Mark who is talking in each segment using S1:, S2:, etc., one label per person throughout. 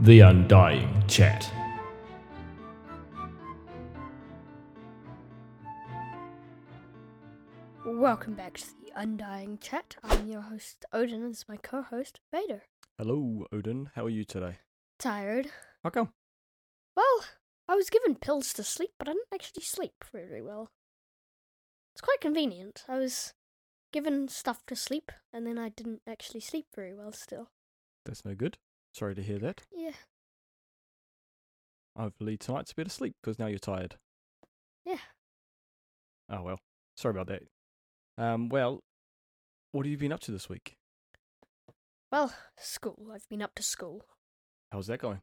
S1: The Undying Chat.
S2: Welcome back to the Undying Chat. I'm your host Odin, and this is my co-host Vader.
S3: Hello, Odin. How are you today?
S2: Tired?
S3: How come?
S2: Well, I was given pills to sleep, but I didn't actually sleep very well. It's quite convenient. I was given stuff to sleep, and then I didn't actually sleep very well. Still,
S3: That's no good. Sorry to hear that.
S2: yeah,
S3: Hopefully tonight's better sleep because now you're tired.
S2: Yeah.
S3: Oh well. Sorry about that. Um. Well, what have you been up to this week?
S2: well, school. I've been up to school.
S3: How's that going?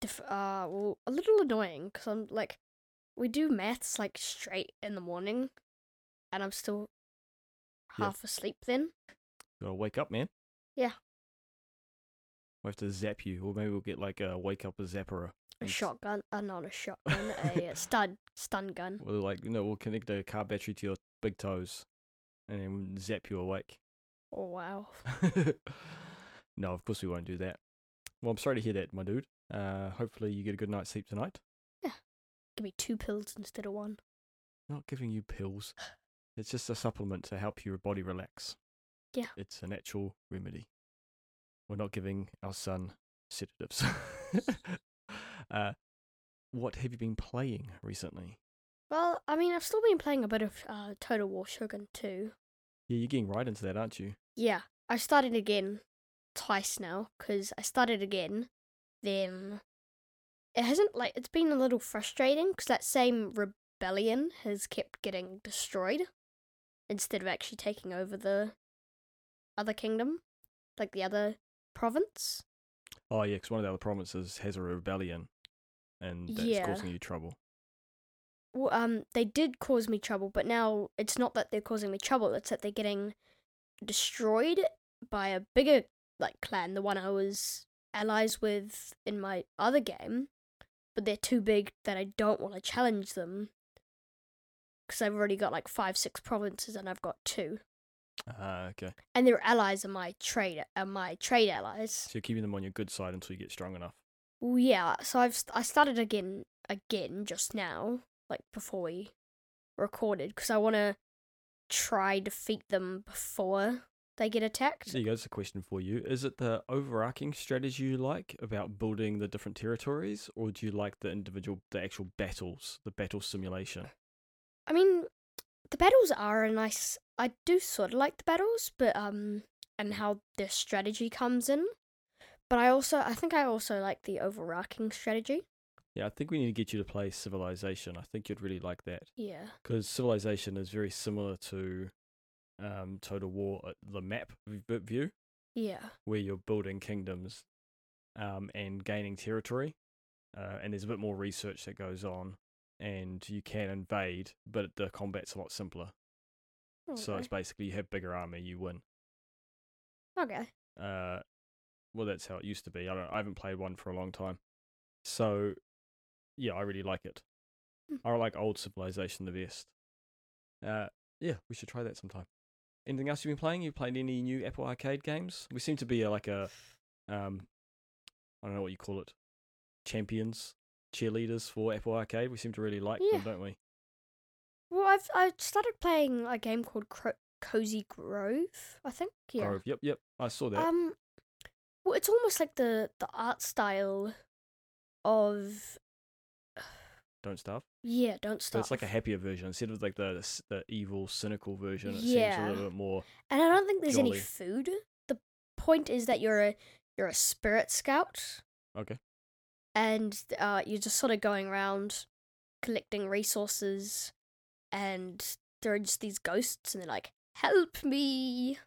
S2: Dif- uh, well, a little annoying because I'm like, we do maths like straight in the morning, and I'm still
S3: Yeah.
S2: half asleep then.
S3: Gotta wake up, man.
S2: Yeah.
S3: We have to zap you, or maybe we'll get like a wake up a zapper.
S2: A shotgun, uh, not a shotgun, a uh, stun stun gun.
S3: We'll like no, we'll connect a car battery to your big toes, and then zap you awake.
S2: Oh wow!
S3: no, of course we won't do that. Well, I'm sorry to hear that, my dude. Uh, hopefully you get a good night's sleep tonight.
S2: Give me two pills instead of one.
S3: not giving you pills. It's just a supplement to help your body relax.
S2: Yeah.
S3: It's an actual remedy. We're not giving our son sedatives. uh, what have you been playing recently?
S2: Well, I mean, I've still been playing a bit of uh, Total War Shogun 2.
S3: Yeah, you're getting right into that, aren't you?
S2: Yeah, I started again twice now because I started again. Then it hasn't like it's been a little frustrating because that same rebellion has kept getting destroyed instead of actually taking over the other kingdom, like the other province.
S3: Oh, yeah, 'cause one of the other provinces has a rebellion and that's
S2: Yeah.
S3: causing you trouble.
S2: Well, um, they did cause me trouble, but now it's not that they're causing me trouble. It's that they're getting destroyed by a bigger like clan, the one I was allies with in my other game. But they're too big that I don't want to challenge them because I've already got like five, six provinces, and I've got two,
S3: Ah, okay.
S2: and their allies are my trade are my trade allies.
S3: So you're keeping them on your good side until you get strong enough.
S2: Well, yeah, so I've st- I started again again just now, like before we recorded, because I want to try defeat them before they get attacked.
S3: So you goes a question for you. Is it the overarching strategy you like about building the different territories, or do you like the individual the actual battles, the battle simulation?
S2: I mean, the battles are a nice. I do sort of like the battles, but um, and how their strategy comes in. But I also, I think I also like the overarching strategy.
S3: Yeah, I think we need to get you to play Civilization. I think you'd really like that.
S2: Yeah.
S3: Because Civilization is very similar to um, Total War, uh, the map v- v- view,
S2: Yeah.
S3: where you're building kingdoms um, and gaining territory. Uh, and there's a bit more research that goes on, and you can invade, but the combat's a lot simpler. So
S2: Okay.
S3: it's basically you have bigger army, you win.
S2: okay.
S3: Uh, well, that's how it used to be. I don't. I haven't played one for a long time. So, yeah, I really like it.
S2: Hmm.
S3: I like old Civilization the best. Uh, yeah, we should try that sometime. Anything else you've been playing? You played any new Apple Arcade games? We seem to be uh, like a, um, I don't know what you call it, champions, cheerleaders for Apple Arcade. We seem to really like
S2: Yeah.
S3: them, don't we?
S2: Well, I've I started playing a game called Cro- Cozy Grove, I think. Yeah.
S3: Grove. Yep, yep. I saw that.
S2: Um, well, it's almost like the the art style of
S3: don't starve.
S2: yeah, don't
S3: So
S2: stop.
S3: it's like a happier version instead of like the the, s- the evil, cynical version. It seems
S2: Yeah.
S3: a little bit more.
S2: and I don't think there's any
S3: jolly.
S2: food. The point is that you're a you're a spirit scout,
S3: Okay.
S2: and uh, you're just sort of going around collecting resources, and there are just these ghosts, and they're like, "Help me,"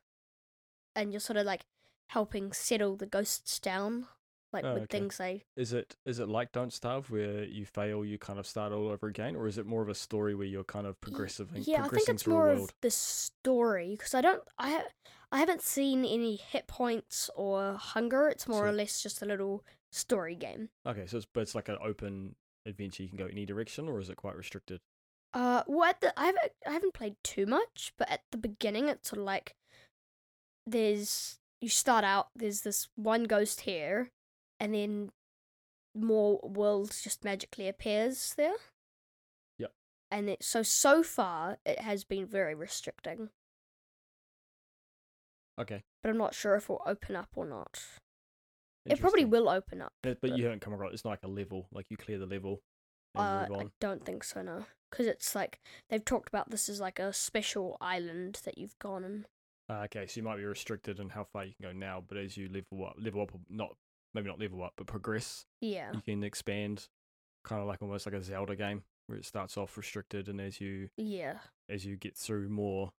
S2: and you're sort of like helping settle the ghosts down, like
S3: Oh,
S2: with
S3: okay.
S2: things they
S3: Is it is it like Don't Starve where you fail, you kind of start all over again, or is it more of a story where you're kind of
S2: Y-
S3: progressive and
S2: yeah i think
S3: progressing
S2: it's
S3: through
S2: more
S3: a world?
S2: of the story because i don't i ha- i haven't seen any hit points or hunger it's more or
S3: So-
S2: less just a little story game
S3: Okay, so it's but it's like an open adventure. You can go any direction, or is it quite restricted?
S2: uh what the, i haven't i haven't played too much but at the beginning it's sort of like there's you start out there's this one ghost here and then more worlds just magically appears there.
S3: Yep.
S2: And it, so so far it has been very restricting,
S3: Okay.
S2: but I'm not sure if it'll open up or not. It probably
S3: interesting.
S2: will open up.
S3: But, but
S2: but-
S3: you haven't come across. It's not like a level. Like you clear the level and
S2: Uh,
S3: move
S2: I
S3: on.
S2: don't think so, no. Because it's like they've talked about this as like a special island that you've gone and
S3: Uh, okay, so you might be restricted in how far you can go now, but as you level up, level up, or not maybe not level up, but progress,
S2: yeah,
S3: you can expand. Kind of like almost like a Zelda game where it starts off restricted, and as you
S2: yeah.
S3: as you get through more,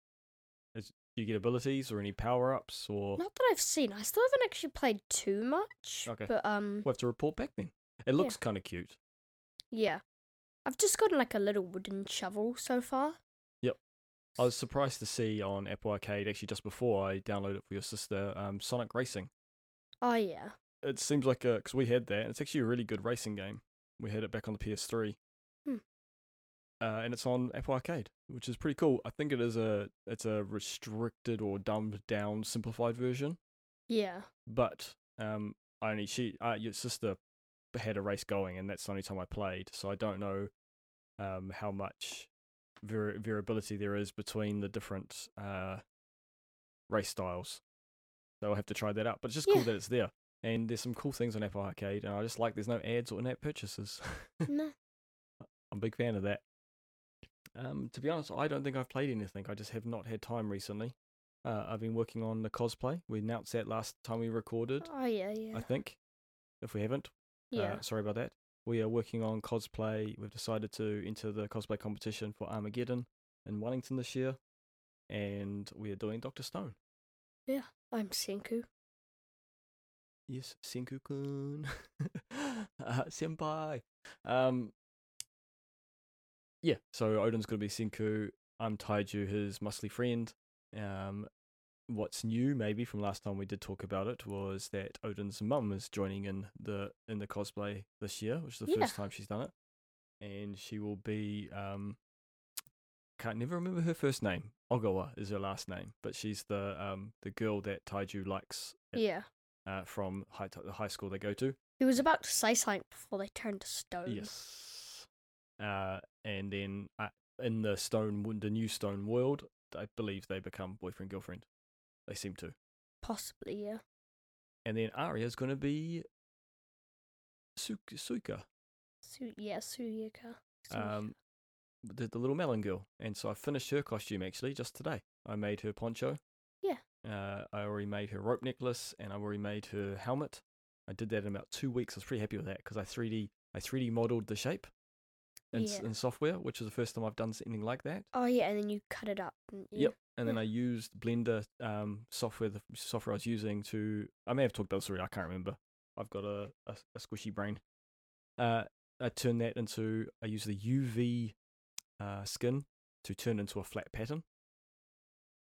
S3: as you get abilities or any power ups or
S2: Not that I've seen. I still haven't actually played too much.
S3: Okay.
S2: But um,
S3: we'll have to report back then. It looks kind of cute.
S2: yeah, I've just gotten like a little wooden shovel so far.
S3: I was surprised to see on Apple Arcade actually just before I downloaded it for your sister, um, Sonic Racing.
S2: Oh yeah,
S3: it seems like a because we had that. and It's actually a really good racing game. We had it back on the PS3,
S2: Hmm.
S3: uh, and it's on Apple Arcade, which is pretty cool. I think it is a it's a restricted or dumbed down, simplified version.
S2: yeah,
S3: But um, I only she uh, your sister had a race going, and that's the only time I played. So I don't know um, how much vari- variability there is between the different uh, race styles. So I'll have to try that out. But it's just
S2: Yeah.
S3: cool that it's there. And there's some cool things on Apple Arcade, and I just like there's no ads or in-app purchases.
S2: no,
S3: I'm a big fan of that. Um, to be honest, I don't think I've played anything. I just have not had time recently. Uh, I've been working on the cosplay. We announced that last time we recorded,
S2: oh yeah, yeah,
S3: I think. If we haven't,
S2: yeah.
S3: uh, sorry about that. We are working on cosplay. We've decided to enter the cosplay competition for Armageddon in Wellington this year, and we are doing Doctor Stone.
S2: I'm Senku.
S3: Yes, Senku-kun, uh, senpai. Um, yeah. So Odin's gonna be Senku. I'm Taiju, his muscly friend. Um, what's new, maybe from last time we did talk about it, was that Odin's mum is joining in the in the cosplay this year, which is the
S2: Yeah.
S3: first time she's done it, and she will be. Um, can't never remember her first name. Ogawa is her last name, but she's the um the girl that Taiju likes at
S2: Yeah,
S3: uh, from high t- the high school they go to.
S2: he was about to say something before they turned to stone.
S3: Yes. Uh, and then uh, in the stone, wo- the new stone world, I believe they become boyfriend girlfriend. They seem to.
S2: possibly. Yeah,
S3: And then Arya is going to be Su- Suika,
S2: Su- yeah, Suyuka.
S3: um, the, the little melon girl. And so I finished her costume actually just today. I made her poncho.
S2: Yeah.
S3: Uh, I already made her rope necklace, and I already made her helmet. I did that in about two weeks. I was pretty happy with that because I three D I three D modeled the shape in, s
S2: Yeah.
S3: in software, which is the first time I've done anything like that.
S2: oh yeah, and then you cut it up. didn't you?
S3: Yep. And then I used Blender um, software, the software I was using to. I may have talked about this already. I can't remember. I've got a, a, a squishy brain. Uh, I turned that into. I used the UV uh, skin to turn into a flat pattern.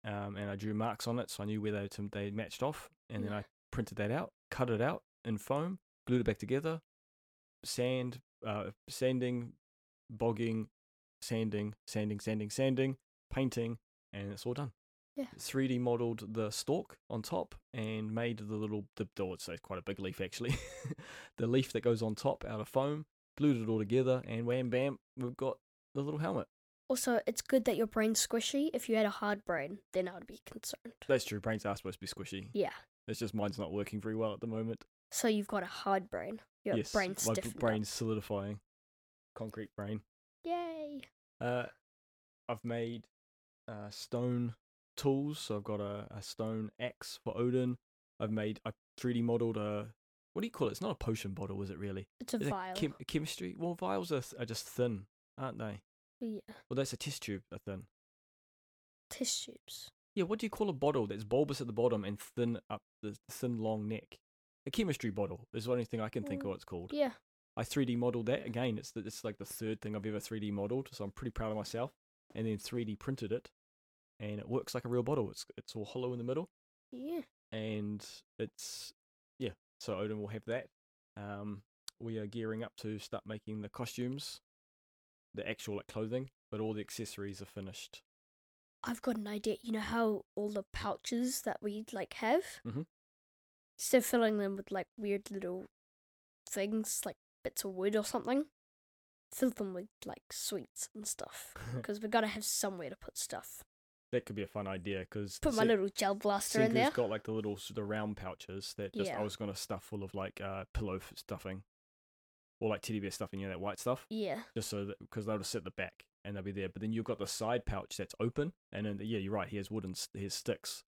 S3: Um, and I drew marks on it, so I knew where they to, they matched off. And then
S2: Yeah.
S3: I printed that out, cut it out in foam, glued it back together, sand, uh, sanding, bogging, sanding, sanding, sanding, sanding, painting, and it's all done.
S2: Yeah.
S3: 3D modeled the stalk on top and made the little, the, the- oh, it's a- quite a big leaf actually, the leaf that goes on top out of foam, glued it all together, and wham bam, we've got the little helmet.
S2: Also, it's good that your brain's squishy. If you had a hard brain, then I'd be concerned.
S3: That's true, brains are supposed to be squishy.
S2: Yeah.
S3: It's just mine's not working very well at the moment.
S2: So you've got a hard brain. Your
S3: yes,
S2: brain
S3: my b-
S2: stiffened. up.
S3: brain's solidifying. Concrete brain.
S2: Yay.
S3: Uh, I've made uh, stone tools. So I've got a, a stone axe for Odin. I've made I 3D modeled a what do you call it? It's not a potion bottle, is it really?
S2: It's a
S3: Is it
S2: vial.
S3: chem- chemistry. Well, vials are, th- are just thin, aren't they?
S2: yeah.
S3: Well, that's a test tube. Are thin.
S2: Test tubes.
S3: Yeah. What do you call a bottle that's bulbous at the bottom and thin up the thin long neck? A chemistry bottle is the only thing I can think of.
S2: Mm,
S3: What it's called.
S2: Yeah.
S3: I 3D modeled that again. It's the, it's like the third thing I've ever 3D modeled, so I'm pretty proud of myself. And then 3D printed it, and it works like a real bottle. It's it's all hollow in the middle,
S2: Yeah.
S3: and it's yeah. So Odin will have that. Um, we are gearing up to start making the costumes, the actual like clothing, but all the accessories are finished.
S2: I've got an idea. You know how all the pouches that we like have?
S3: Mhm.
S2: Instead of filling them with like weird little things, like bits of wood or something. Fill them with like sweets and stuff because we've got to have somewhere to put stuff.
S3: That could be a fun idea because
S2: Put my little gel blaster in there.
S3: has got like the little s- the round pouches that just
S2: Yeah.
S3: I was gonna stuff full of like uh pillow f- stuffing or like teddy bear stuffing, you know that white stuff,
S2: Yeah,
S3: just so that because they'll just sit at the back and they'll be there. But then you've got the side pouch that's open, and then yeah, you're right. Here's wooden, s- here's sticks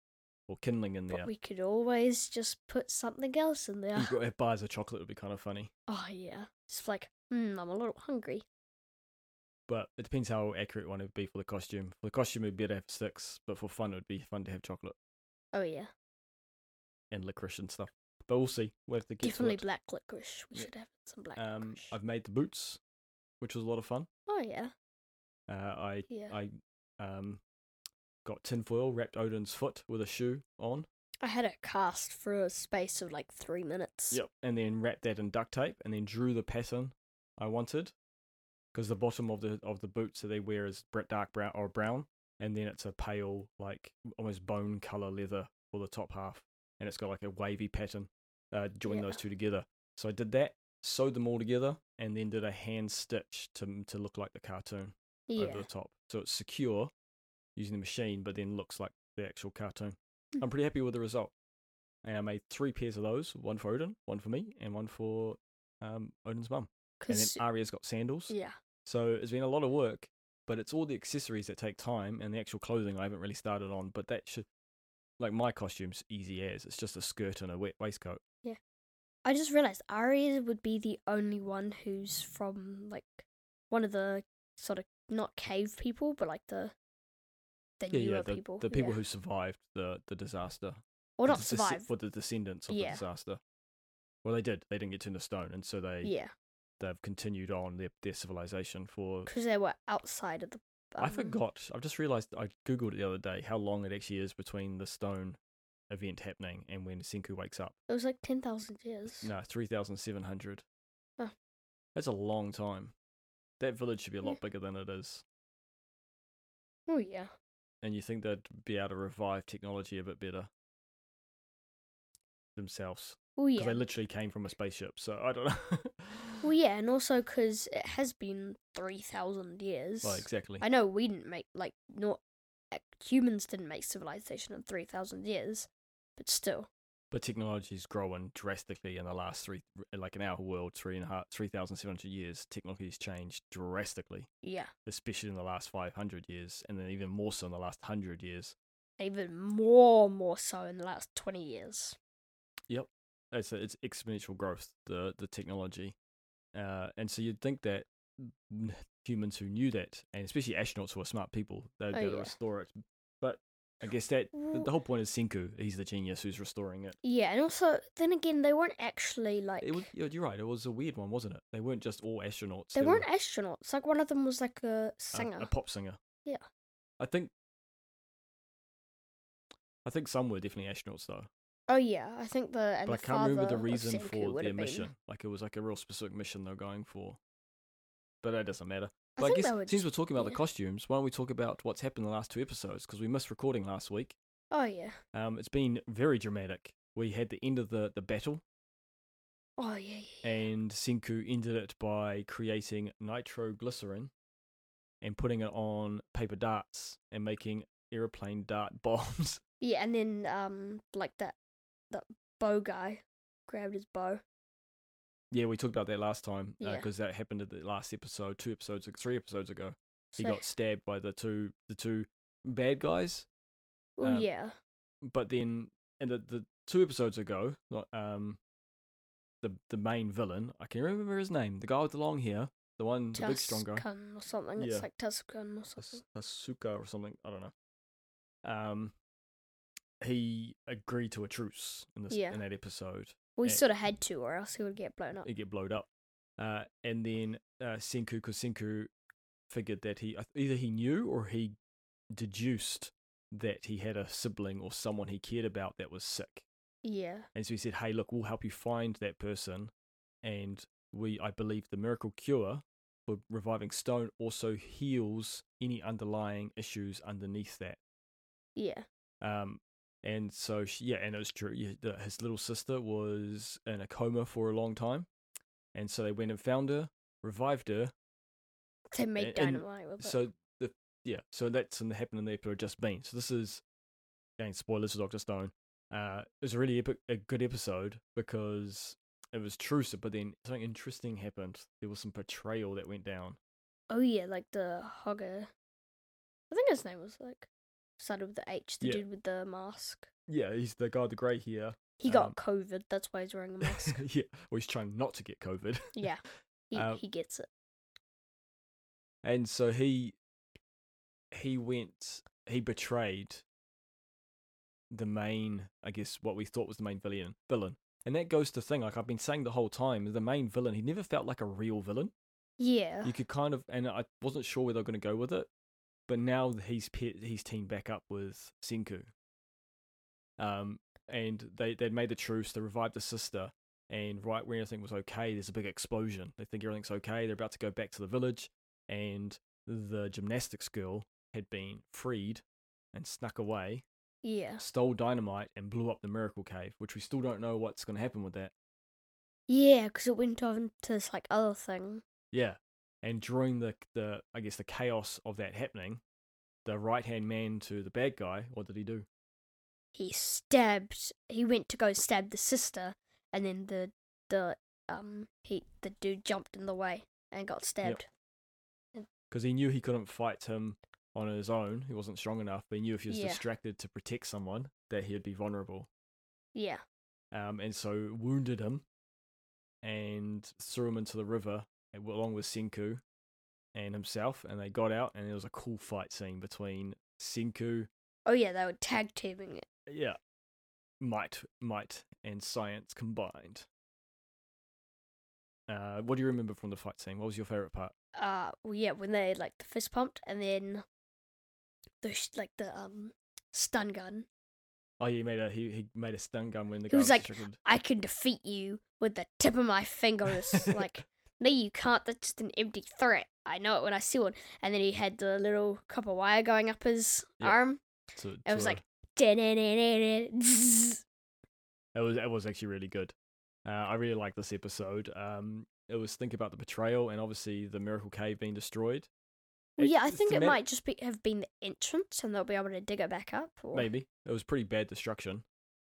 S3: or kindling in
S2: but
S3: there.
S2: we could always just put something else in there.
S3: You've got bars of chocolate would be kind of funny,
S2: Oh yeah, it's like hmm, I'm a little hungry.
S3: but it depends how accurate one would be for the costume. For the costume, it'd be better to have sticks, but for fun, it would be fun to have chocolate
S2: Oh yeah,
S3: and licorice and stuff. But we'll see. We have to get to
S2: definitely
S3: it.
S2: black licorice. We
S3: Yeah.
S2: should have some black
S3: Um,
S2: licorice.
S3: I've made the boots, which was a lot of fun.
S2: Oh yeah,
S3: Uh, I
S2: yeah. I,
S3: I um got tinfoil wrapped Odin's foot with a shoe on.
S2: had it cast for a space of like three minutes.
S3: And then wrapped that in duct tape and then drew the pattern I wanted. Because the bottom of the of the boots that they wear is br- dark brown or brown, and then it's a pale like almost bone color leather for the top half, and it's got like a wavy pattern. Uh, join
S2: Yeah.
S3: those two together. So I did that, sewed them all together, and then did a hand stitch to to look like the cartoon.
S2: Yeah.
S3: over the top. So it's secure using the machine, but then looks like the actual cartoon.
S2: Hmm.
S3: I'm pretty happy with the result. And I made three pairs of those one for Odin, one for me, and one for um, Odin's mum. And then
S2: 'Cause-
S3: Arya's got sandals.
S2: yeah.
S3: So it's been a lot of work, but it's all the accessories that take time and the actual clothing I haven't really started on. But that should, like, my costume's easy as it's just a skirt and a wet waistcoat.
S2: I just realized Ari would be the only one who's from like one of the sort of not cave people, but like the the newer
S3: The
S2: people,
S3: the people
S2: yeah.
S3: who survived the, the disaster.
S2: or
S3: the
S2: not
S3: des-
S2: survive.
S3: for the descendants of
S2: Yeah.
S3: the disaster. Well, they did. They didn't get turned to stone, and so they
S2: Yeah,
S3: they've continued on their their civilization for.
S2: because they were outside of the.
S3: I
S2: um,
S3: forgot. I've just realized. I googled it the other day how long it actually is between the stone event happening and when Senku wakes up.
S2: It was like ten thousand years.
S3: No, three thousand seven hundred.
S2: Huh.
S3: That's a long time. That village should be a
S2: Yeah.
S3: lot bigger than it is,
S2: Oh yeah,
S3: and you think they'd be able to revive technology a bit better themselves
S2: oh
S3: because
S2: yeah,
S3: they literally came from a spaceship. So I don't know.
S2: well yeah, and also because it has been three thousand years.
S3: Well, exactly.
S2: I know we didn't make like not like, humans didn't make civilization in three thousand years, but still,
S3: But technology's grown drastically in the last three, like in our world, three and a half, three thousand seven hundred years. Technology's changed drastically,
S2: yeah,
S3: especially in the last five hundred years, and then even more so in the last hundred years.
S2: even more more so in the last twenty years.
S3: It's it's exponential growth, the the technology, uh, and so you'd think that n- humans who knew that, and especially astronauts who are smart people, they'd be
S2: Oh,
S3: able to
S2: yeah.
S3: restore it. But I guess that the,
S2: Well-
S3: the whole point is Senku. He's the genius who's restoring it.
S2: Yeah, and also then again, they weren't actually like
S3: It was, you're right. It was a weird one, wasn't it? They weren't just all astronauts.
S2: they
S3: there were-
S2: weren't astronauts. Like one of them was like a
S3: a-
S2: singer.
S3: a pop singer.
S2: Yeah.
S3: I think. I think some were definitely astronauts though,
S2: oh yeah, I think the and
S3: but I
S2: the
S3: can't remember
S2: father
S3: the
S2: of
S3: reason
S2: Senku
S3: for
S2: would
S3: their
S2: have been-
S3: mission. Like it was like a real specific mission they're going for, but that doesn't matter.
S2: I
S3: But I,
S2: think
S3: guess
S2: they were
S3: since
S2: just-
S3: we're talking about the
S2: yeah.
S3: costumes, why don't we talk about what's happened in the last two episodes? Because we missed recording last week.
S2: Oh yeah,
S3: Um, it's been very dramatic. We had the end of the the battle,
S2: oh yeah, yeah, yeah.
S3: and Senku ended it by creating nitroglycerin and putting it on paper darts and making airplane dart bombs.
S2: Yeah, and then um like that that bow guy grabbed his bow.
S3: Yeah, we talked about that last time
S2: Yeah.
S3: because that happened at the last episode, two episodes, ag- three episodes ago. He
S2: So-
S3: got stabbed by the two the two bad guys,
S2: Oh
S3: um,
S2: yeah,
S3: but then and the, the two episodes ago, not um, the the main villain I can remember his name, the guy with the long hair, the one the big strong guy,
S2: Tuscan or something.
S3: Yeah.
S2: It's like Tuscan or something.
S3: Tas- Tasuka or something, I don't know. Um, he agreed to a truce in this
S2: Yeah. Oh.
S3: in that episode,
S2: We
S3: eh.
S2: sort of had to, or else he would get blown up.
S3: it get blowed up. Uh, and then uh, Senku, because Senku figured that he either he knew or he deduced that he had a sibling or someone he cared about that was sick,
S2: Yeah,
S3: and so he said, "Hey, look, we'll help you find that person, and we, I believe, the miracle cure for reviving Stone also heals any underlying issues underneath that."
S2: yeah,
S3: Um, and so she, yeah, and it was true. Yeah, the, his little sister was in a coma for a long time, And so they went and found her, revived her.
S2: They made
S3: and- and
S2: dynamite with it.
S3: So the yeah, so that's in the happening the episode just been. So this is again spoilers for Doctor Stone. Uh, it was a really epic, a good episode because it was trucive, but then something interesting happened. There was some betrayal that went down.
S2: Oh yeah, like the hogger. I think his name was like started with the H. The
S3: Yeah.
S2: dude with the mask.
S3: Yeah, he's the guy, with the grey hair.
S2: He got
S3: Um,
S2: COVID. That's why he's wearing a mask.
S3: yeah, well, he's trying not to get COVID.
S2: yeah, he
S3: Um,
S2: he gets it.
S3: and so he he went he betrayed the main i guess what we thought was the main villain villain and that goes to thing like i've been saying the whole time the main villain he never felt like a real villain
S2: Yeah,
S3: you could kind of and i wasn't sure where they were going to go with it but now he's pe- he's teamed back up with senku um and they they made the truce they revived the sister and right when everything was okay there's a big explosion they think everything's okay they're about to go back to the village and the gymnastics girl had been freed and snuck away
S2: yeah,
S3: stole dynamite and blew up the miracle cave which we still don't know what's going to happen with that
S2: yeah. Because it went on to this like other thing.
S3: Yeah. And during the the I guess the chaos of that happening, the right hand man to the bad guy, what did he do?
S2: He stabbed. He went to go stab the sister, and then the the um he the dude jumped in the way and got stabbed.
S3: Because he knew he couldn't fight him on his own. He wasn't strong enough. But he knew if he was
S2: Yeah.
S3: distracted to protect someone, that he'd be vulnerable.
S2: Yeah,
S3: Um, and so wounded him, and threw him into the river a- along with Senku, and himself. And they got out, and there was a cool fight scene between Senku,
S2: Oh yeah, they were tag teaming it.
S3: yeah, might, might, and science combined. Uh, what do you remember from the fight scene? What was your favorite part?
S2: Uh, well, yeah, when they like the fist pumped, and then the sh- like the um stun gun.
S3: Oh, he made a he, he made a stun gun when the
S2: He
S3: guy
S2: was
S3: was
S2: like,
S3: distracted.
S2: I can defeat you with the tip of my finger. And It's like, no, you can't. That's just an empty threat. I know it when I see one. And then he had the little copper wire going up his
S3: Yeah.
S2: arm.
S3: to-
S2: It was
S3: to a-
S2: like, zzz.
S3: it was it was actually really good. Uh, I really like this episode. Um, it was think about the betrayal and obviously the Miracle Cave being destroyed.
S2: Well,
S3: It-
S2: yeah, I
S3: it's
S2: think it
S3: thematic-
S2: might just be have been the entrance, and they'll be able to dig it back up. Or...
S3: Maybe it was pretty bad destruction,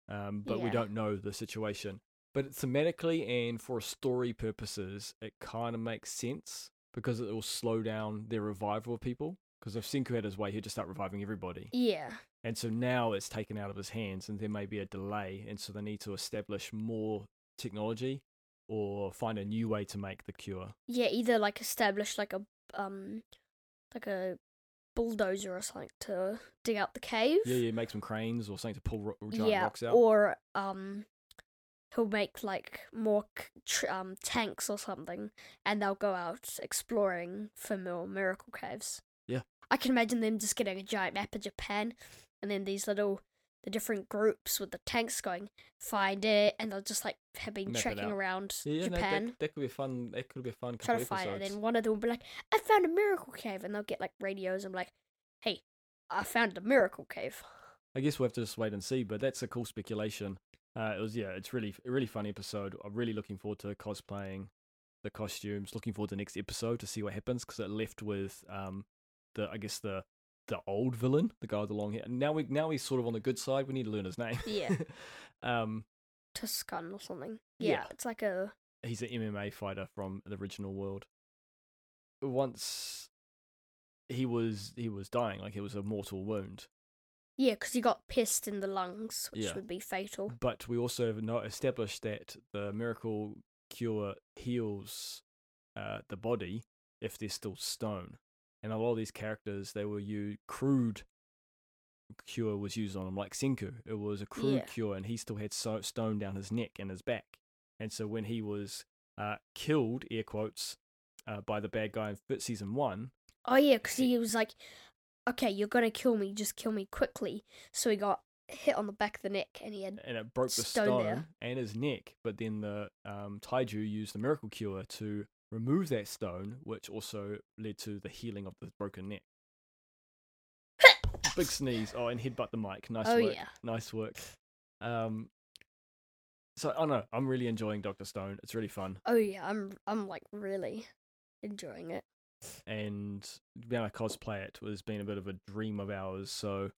S3: um, but we
S2: Yeah.
S3: don't know the situation. But thematically and for story purposes, it kind of makes sense because it will slow down their revival of people. Because if Senku had his way, he'd just start reviving everybody,
S2: Yeah,
S3: and so now it's taken out of his hands, and there may be a delay, and so they need to establish more technology or find a new way to make the cure.
S2: yeah, either like establish like a um, like a bulldozer or something to dig out the cave.
S3: Yeah, yeah, make some cranes or something to pull ro- giant rocks out.
S2: or um, he'll make like more c- tr- um tanks or something, and they'll go out exploring for more miracle caves.
S3: Yeah.
S2: I can imagine them just getting a giant map of Japan, and then these little the different groups with the tanks going find it, and they'll just like have been
S3: Map it
S2: trekking
S3: out.
S2: around
S3: yeah, yeah, no, that-
S2: Japan.
S3: that, could be a fun. That could be a fun. Couple
S2: Trying to
S3: episodes.
S2: find it, and then one of them will be like, "I found a miracle cave," and they'll get like radios and be like, "Hey, I found a miracle cave."
S3: I guess we'll have to just wait and see, but that's a cool speculation. Uh, it was, yeah, it's really, a really fun episode. I'm really looking forward to cosplaying the costumes, looking forward to next episode to see what happens because it left with, um, the, I guess the, the old villain, the guy with the long hair. Now we, now he's sort of on the good side. We need to learn his name.
S2: Yeah.
S3: um,
S2: Tuscan or something.
S3: Yeah.
S2: Yeah, it's like a
S3: he's an MMA fighter from the original world. Once he was, he was dying, like it was a mortal wound.
S2: Yeah, because he got pissed in the lungs, which
S3: Yeah.
S2: would be fatal.
S3: but we also have not established that the miracle cure heals uh, the body if there's still stone. And a lot of these characters, they were you crude cure was used on them, like Senku. It was a crude
S2: Yeah.
S3: cure, and he still had so- stone down his neck and his back. And so when he was uh, killed, air quotes, uh, by the bad guy in Fit season one,
S2: Oh yeah, because he was like, "Okay, you're gonna kill me. Just kill me quickly." So he got hit on the back of the neck, and he had
S3: and it broke the stone,
S2: Stone there.
S3: and his neck. But then the um, Taiju used the miracle cure to remove that stone, which also led to the healing of the broken neck. Big sneeze. Oh, and headbutt the mic. Nice
S2: Oh,
S3: work.
S2: yeah.
S3: Nice work. Um, So I don't know. I'm really enjoying Doctor Stone. It's really fun,
S2: Oh yeah, I'm I'm like really enjoying it.
S3: and being able to cosplay it has been a bit of a dream of ours. So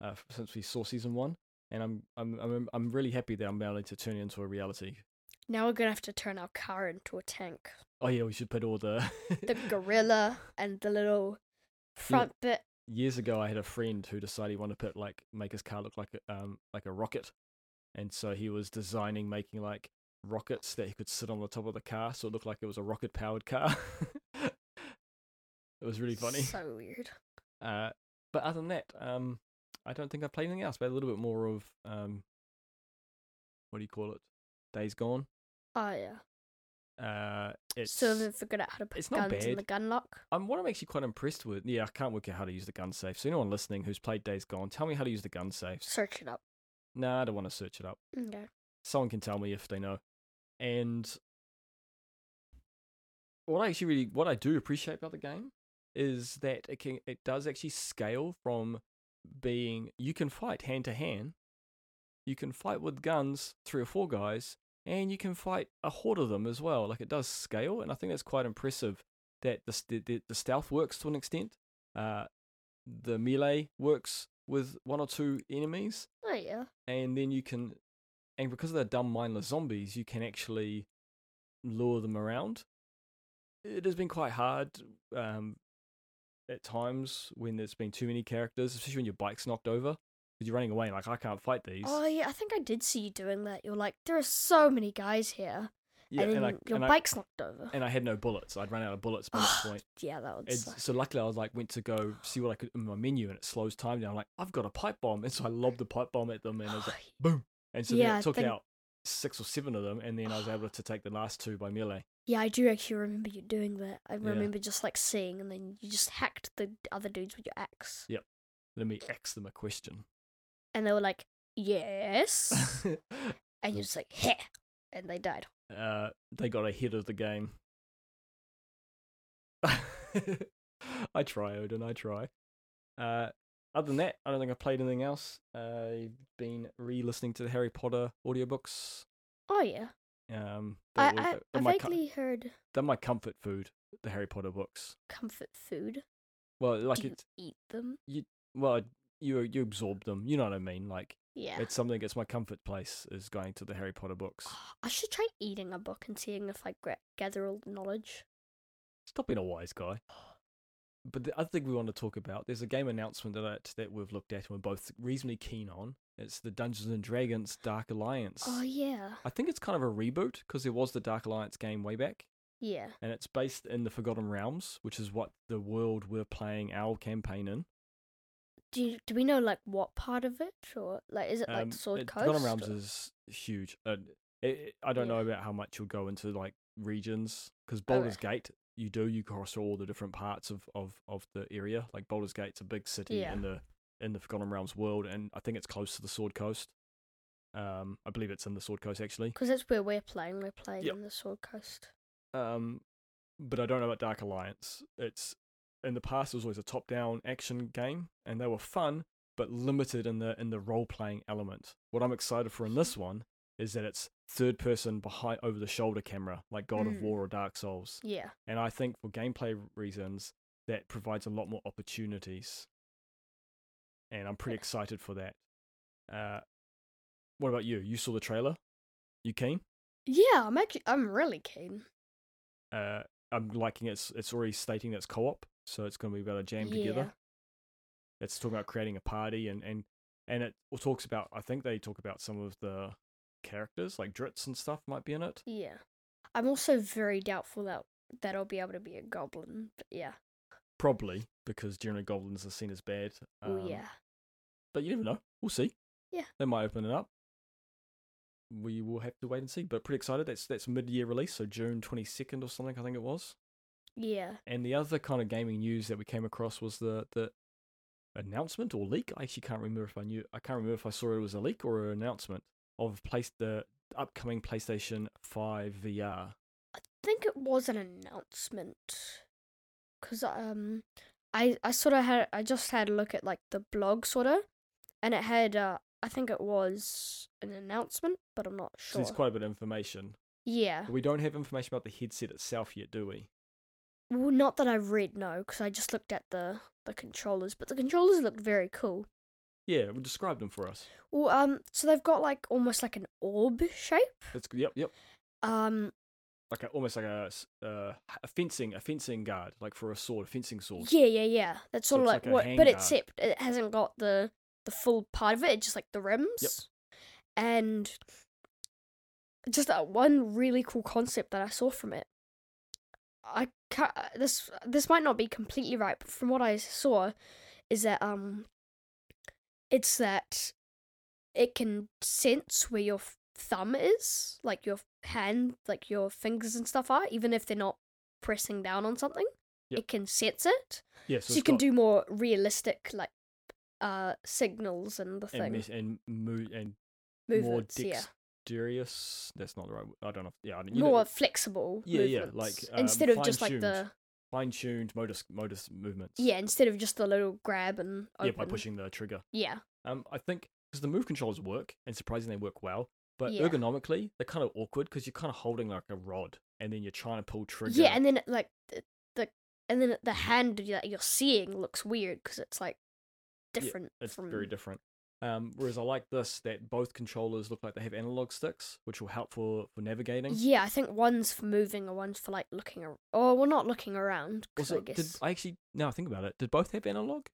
S3: uh, f- since we saw season one, and I'm I'm I'm I'm really happy that I'm able to turn it into a reality.
S2: Now we're gonna have to turn our car into a tank.
S3: Oh yeah, we should put all the
S2: The gorilla and the little front bit.
S3: years ago I had a friend who decided he wanted to put like make his car look like a, um like a rocket, and so he was designing making like rockets that he could sit on the top of the car so it looked like it was a rocket powered car. it was really funny.
S2: So weird.
S3: Uh, but other than that, um, I don't think I've played anything else. But a little bit more of um, what do you call it? Days Gone.
S2: Oh yeah.
S3: Uh, it's
S2: so they've figured out how to put
S3: it's not
S2: guns in the
S3: bad.
S2: gun lock.
S3: I'm what I'm actually quite impressed with. Yeah, I can't work out how to use the gun safe. So anyone listening who's played Days Gone, tell me how to use the gun safes.
S2: Search it up.
S3: No, nah, I don't want to search it up.
S2: Okay.
S3: Someone can tell me if they know. And what I actually really, what I do appreciate about the game is that it can, it does actually scale from being you can fight hand to hand, you can fight with guns, three or four guys, and you can fight a horde of them as well. Like it does scale, and I think that's quite impressive that the st- the, the stealth works to an extent. Uh, the melee works with one or two enemies,
S2: Oh yeah.
S3: and then you can and because they're dumb mindless zombies you can actually lure them around it has been quite hard um at times when there's been too many characters especially when your bike's knocked over because you're running away like i can't fight these
S2: Oh yeah, I think I did see you doing that. You're like, there are so many guys here,
S3: yeah
S2: and,
S3: and,
S2: then
S3: I,
S2: your
S3: and,
S2: bike's knocked over.
S3: I, and I had no bullets i'd run out of bullets by that point
S2: yeah, that would
S3: Ah, It's,
S2: suck.
S3: so luckily i was like went to go see what i could in my menu and it slows time down like i've got a pipe bomb and so i lobbed the pipe bomb at them and it was like boom and so
S2: Yeah,
S3: then
S2: I
S3: it took
S2: think-
S3: out six or seven of them and then i was able to take the last two by melee
S2: yeah, I do actually remember you doing that. I remember just like seeing, and then you just hacked the other dudes with your axe,
S3: let me ask them a question.
S2: and they were like, yes,
S3: uh,
S2: and you're just like, heh, and they died.
S3: they got ahead of the game. I try, Odin, I try. Uh, other than that, I don't think I've played anything else. I've been re listening to the Harry Potter audiobooks.
S2: Oh yeah,
S3: Um,
S2: I
S3: they're-
S2: I,
S3: they're
S2: I
S3: my co-
S2: vaguely heard
S3: they're my comfort food, the Harry Potter books.
S2: comfort food.
S3: Well, like
S2: Do you
S3: it's,
S2: eat them?
S3: well, you you absorb them. You know what I mean? Like
S2: Yeah.
S3: it's something. It's my comfort place is going to the Harry Potter books.
S2: I should try eating a book and seeing if I gra- gather all the knowledge.
S3: Stop being a wise guy. But the other thing we want to talk about, there's a game announcement that I- that we've looked at and we're both reasonably keen on. It's the Dungeons and Dragons Dark Alliance.
S2: Oh yeah,
S3: I think it's kind of a reboot because there was the Dark Alliance game way back,
S2: yeah.
S3: and it's based in the Forgotten Realms, which is what the world we're playing our campaign in.
S2: Do you, do we know like what part of it or like is it like
S3: Um,
S2: Sword
S3: it-
S2: Coast?
S3: Forgotten Realms
S2: or-
S3: is huge. Uh, it, it- I don't
S2: Yeah. Oh,
S3: know about how much you'll go into like regions because Baldur's Gate, you do you cross all the different parts of of of the area. Like Baldur's Gate's a big city
S2: Yeah.
S3: in the in the Forgotten Realms world, and I think it's close to the Sword Coast. Um, I believe it's in the Sword Coast actually.
S2: Because that's where we're playing. We're playing
S3: Yep.
S2: on the Sword Coast.
S3: Um, but I don't know about Dark Alliance. It's in the past it was always a top down action game, and they were fun but limited in the in the role playing element. What I'm excited for in
S2: Mm-hmm.
S3: this one is that it's third person behind over the shoulder camera, like God
S2: Mm.
S3: of War or Dark Souls.
S2: Yeah.
S3: And I think for gameplay reasons, that provides a lot more opportunities. And I'm pretty
S2: Yeah.
S3: excited for that. Uh, what about you? You saw the trailer? You keen?
S2: Yeah, I'm actually I'm really keen.
S3: uh, I'm liking it's it's already stating that it's co-op, so it's going to be about a jam
S2: Yeah.
S3: together. It's talking about creating a party and and and it all talks about I think they talk about some of the characters like Dritz and stuff might be in it.
S2: Yeah. I'm also very doubtful that that I'll be able to be a goblin. But yeah.
S3: Probably because generally goblins are seen as bad.
S2: oh
S3: um,
S2: yeah.
S3: But you never know. We'll see.
S2: Yeah.
S3: They might open it up. We will have to wait and see. But pretty excited. That's that's mid-year release, so June 22nd or something I think it was.
S2: Yeah.
S3: And the other kind of gaming news that we came across was the the announcement or leak. I actually can't remember if I knew. I can't remember if I saw it was a leak or an announcement of place the upcoming PlayStation Five VR.
S2: I think it was an announcement because um I I sort of had I just had a look at like the blog sort of and it had uh, I think it was an announcement, but I'm not
S3: So
S2: sure.
S3: there's quite a bit of information.
S2: yeah.
S3: But we don't have information about the headset itself yet, do we?
S2: Well, not that I read, no, because I just looked at the, the controllers, but the controllers looked very cool.
S3: Yeah, well, describe them for us.
S2: Well, um, so they've got like almost like an orb shape.
S3: That's yep, yep.
S2: Um,
S3: Like a, almost like a s- uh, a fencing a fencing guard, like for a sword, a fencing sword.
S2: yeah, yeah, yeah. That's
S3: So
S2: sort
S3: it's
S2: of like,
S3: like a
S2: what, but
S3: handguard.
S2: except it hasn't got the the full part of it. It's just like the rims. And just that one really cool concept that I saw from it. I can't, this this might not be completely right, but from what I saw, is that um, it's that it can sense where your f- thumb is, like your hand, like your fingers and stuff are, even if they're not pressing down on something.
S3: Yep.
S2: It can sense it,
S3: Yeah,
S2: so,
S3: so,
S2: you
S3: it's
S2: can
S3: got-
S2: do more realistic like uh signals and the
S3: and
S2: thing
S3: mes- and mo- and more
S2: movements, yeah,
S3: dexterous. That's not the right. w- I don't know. Yeah, I don't, you know,
S2: more flexible.
S3: Yeah, yeah,
S2: movements,
S3: like, um,
S2: instead of just like
S3: fine-tuned.
S2: the
S3: fine-tuned motor motor movements.
S2: yeah, instead of just the little grab and open.
S3: yeah, by pushing the trigger.
S2: Yeah,
S3: Um, I think because the move controls work, and surprisingly they work well, but
S2: Yeah.
S3: ergonomically they're kind of awkward because you're kind of holding like a rod, and then you're trying to pull trigger.
S2: yeah, and then it, like the, the and then the
S3: Mm-hmm.
S2: hand that you're seeing looks weird because it's like different.
S3: it's
S2: from,
S3: very different. Um, whereas I like this that both controllers look like they have analog sticks, which will help for for navigating.
S2: Yeah, I think one's for moving or one's for like looking ar- or well, not looking around. 'cause
S3: Also,
S2: I guess
S3: did I actually now I think about it? Did both have analog?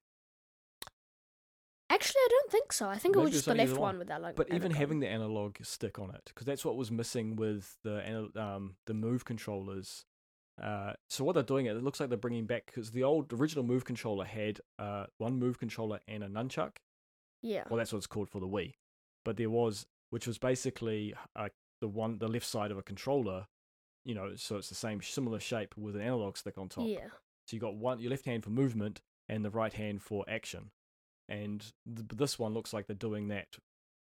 S2: actually I don't think so. I think it
S3: Maybe
S2: was
S3: it was
S2: just the
S3: only
S2: left
S3: the
S2: one
S3: one.
S2: with that like.
S3: But even
S2: analog.
S3: having the analog stick on it, because that's what was missing with the ana- um the move controllers. Uh, so what they're doing, it looks like they're bringing back because the old original move controller had uh one move controller and a nunchuck.
S2: yeah,
S3: Well, that's what it's called for the Wii. But there was, which was basically uh, the one the left side of a controller. You know, so it's the same similar shape with an analog stick on top.
S2: yeah,
S3: So you got one your left hand for movement and the right hand for action. And th- but this one looks like they're doing that,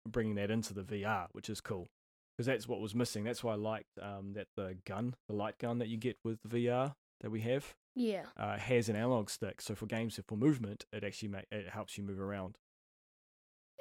S3: bringing that into the VR, which is cool because that's what was missing. That's why I liked um, that the gun, the light gun that you get with the VR that we have,
S2: yeah,
S3: uh, has an analog stick. So for games for movement, it actually ma- it helps you move around.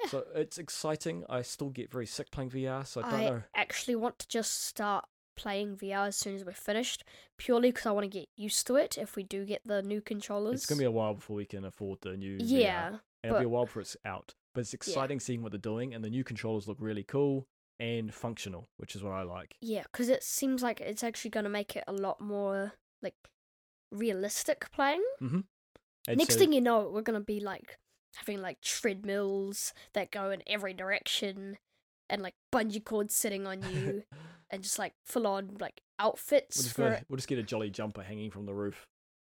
S2: Yeah.
S3: So it's exciting. I still get very sick playing VR, so I don't know.
S2: actually want to just start playing VR as soon as we're finished, purely because I want to get used to it. If we do get the new controllers,
S3: It's gonna be a while before we can afford the new VR.
S2: yeah,
S3: and it'll be a
S2: But-
S3: while before it's out. But it's exciting seeing what they're doing, and the new controllers look really cool and functional, which is what I like.
S2: yeah, because it seems like it's actually gonna make it a lot more like realistic playing.
S3: And
S2: Next
S3: so-
S2: thing you know, we're gonna be like having like treadmills that go in every direction, and like bungee cords sitting on you, and just like full on like
S3: we'll
S2: outfits
S3: just,
S2: for
S3: gonna-
S2: it.
S3: we'll just get a jolly jumper hanging from the roof,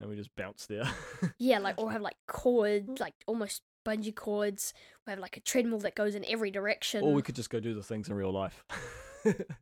S3: and we just bounce there.
S2: Yeah, like or have like
S3: Mm.
S2: cord, like almost bungee cords. We have like a treadmill that goes in every direction.
S3: or we could just go do the things in real life.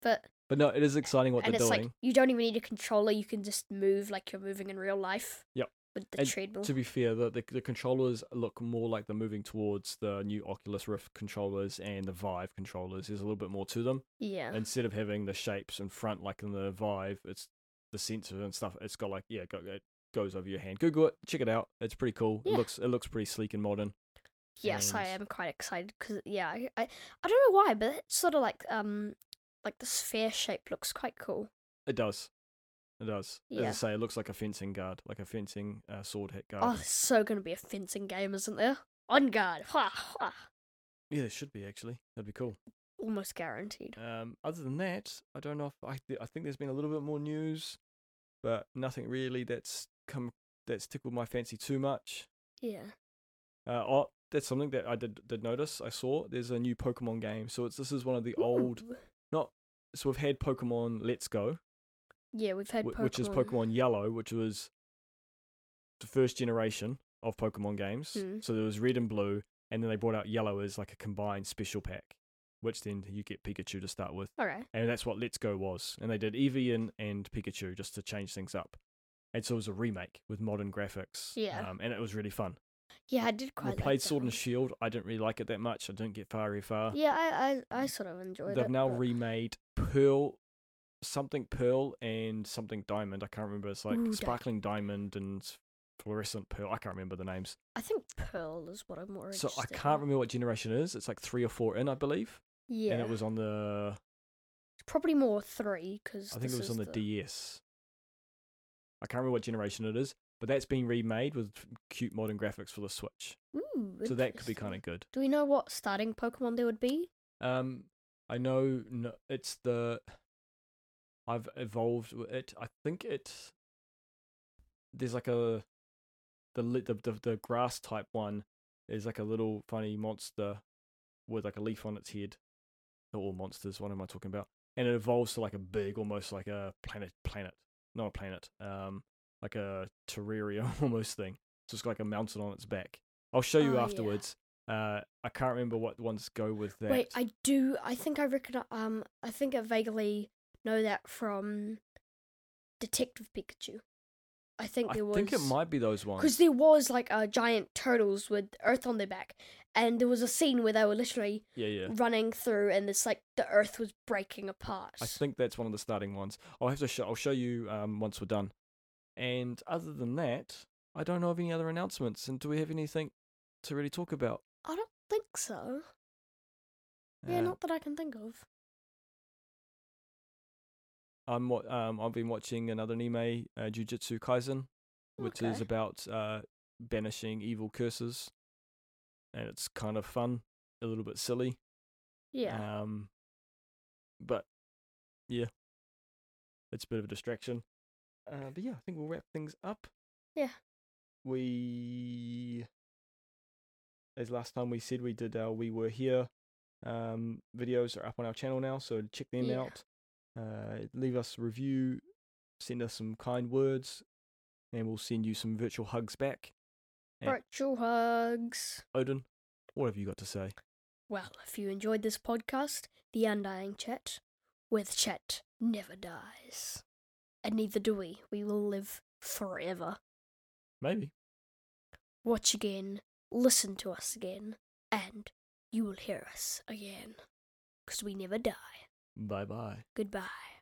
S2: but
S3: but no, it is exciting what
S2: and
S3: they're
S2: it's
S3: doing.
S2: like you don't even need a controller. You can just move like you're moving in real life.
S3: Yep.
S2: With the
S3: And
S2: treadmill.
S3: to be fair, the, the the controllers look more like they're moving towards the new Oculus Rift controllers and the Vive controllers. There's a little bit more to them.
S2: yeah.
S3: instead of having the shapes in front like in the Vive, it's the sensor and stuff. It's got like yeah, go, it goes over your hand. Google it, check it out. It's pretty cool.
S2: Yeah.
S3: It looks it looks pretty sleek and modern.
S2: Yes, I
S3: and-
S2: am quite excited because yeah, I, I I don't know why, but it's sort of like um like the sphere shape looks quite cool.
S3: It does, it does.
S2: Yeah.
S3: As I say, it looks like a fencing guard, like a fencing uh, sword hit guard.
S2: Oh, there's so gonna be a fencing game, isn't there? On guard. Ha ha.
S3: Yeah, there should be actually. That'd be cool.
S2: Almost guaranteed.
S3: Um, other than that, I don't know if I th- I think there's been a little bit more news, but nothing really that's come that's tickled my fancy too much.
S2: Yeah.
S3: Uh, oh, that's something that I did did notice. I saw there's a new Pokemon game. So it's this is one of the old.
S2: Ooh.
S3: So we've had Pokemon Let's Go,
S2: Yeah, we've had
S3: wh- which is Pokemon Yellow, which was the first generation of Pokemon games.
S2: Mm.
S3: So there was Red and Blue, and then they brought out Yellow as like a combined special pack, which then you get Pikachu to start with,
S2: All right.
S3: and that's what Let's Go was. And they did Eevee and, and Pikachu just to change things up. And so it was a remake with modern graphics.
S2: Yeah.
S3: Um, and it was really fun.
S2: Yeah, I did quite.
S3: I
S2: like
S3: played
S2: that
S3: Sword
S2: one.
S3: and Shield. I didn't really like it that much. I didn't get far very far.
S2: Yeah, I I, I sort of enjoyed it.
S3: They've now
S2: but-
S3: remade Pearl, something Pearl and something Diamond. I can't remember. It's like
S2: Ooh, Di-
S3: sparkling diamond and s- Fluorescent Pearl. I can't remember the names.
S2: I think Pearl is what I'm more
S3: So
S2: interested
S3: I can't
S2: in.
S3: remember what generation it is. It's like three or four in, I believe.
S2: Yeah.
S3: And it was on the
S2: probably more three because
S3: I think it was on the, DS. I can't remember what generation it is, but that's been remade with cute modern graphics for the Switch.
S2: Ooh,
S3: So that could be
S2: interesting.
S3: kind of good.
S2: Do we know what starting Pokemon there would be?
S3: Um, I know no, it's the I've evolved with it. I think it's there's like a the li- the the, the grass type one is like a little funny monster with like a leaf on its head. They're all monsters. What am I talking about? And it evolves to like a big, almost like a planet planet, not a planet, um, like a terrarium almost thing. So it's got like a mountain on its back. I'll show
S2: Oh,
S3: you
S2: yeah.
S3: afterwards. Uh, I can't remember what ones go with that.
S2: Wait, I do. I think I recognize. Um, I think I vaguely know that from Detective Pikachu. I think
S3: I
S2: there was.
S3: think it might be those ones.
S2: Because there was like uh, giant turtles with earth on their back, and there was a scene where they were literally
S3: yeah, yeah.
S2: running through, and it's like the earth was breaking apart.
S3: I think that's one of the starting ones. I'll have to show. I'll show you um, once we're done. And other than that, I don't know of any other announcements. And do we have anything to really talk about?
S2: I don't think so. Yeah,
S3: Uh,
S2: not that I can think of.
S3: I'm what um I've been watching another anime, uh, Jujutsu Kaisen, which is
S2: Okay.
S3: about uh banishing evil curses, and it's kind of fun, a little bit silly.
S2: Yeah.
S3: Um, but yeah, it's a bit of a distraction. Uh, but yeah, I think we'll wrap things up.
S2: Yeah.
S3: We, as last time we said, we did our "We Were Here" um, videos are up on our channel now, so check them
S2: Yeah.
S3: out. Uh, leave us a review, send us some kind words, and we'll send you some virtual hugs back. and-
S2: Virtual hugs.
S3: Odin, what have you got to say?
S2: Well, if you enjoyed this podcast, The Undying Chat, with Chat never dies. And neither do we. We will live forever.
S3: Maybe.
S2: Watch again, listen to us again, and you will hear us again. Because we never die.
S3: Bye bye.
S2: Goodbye.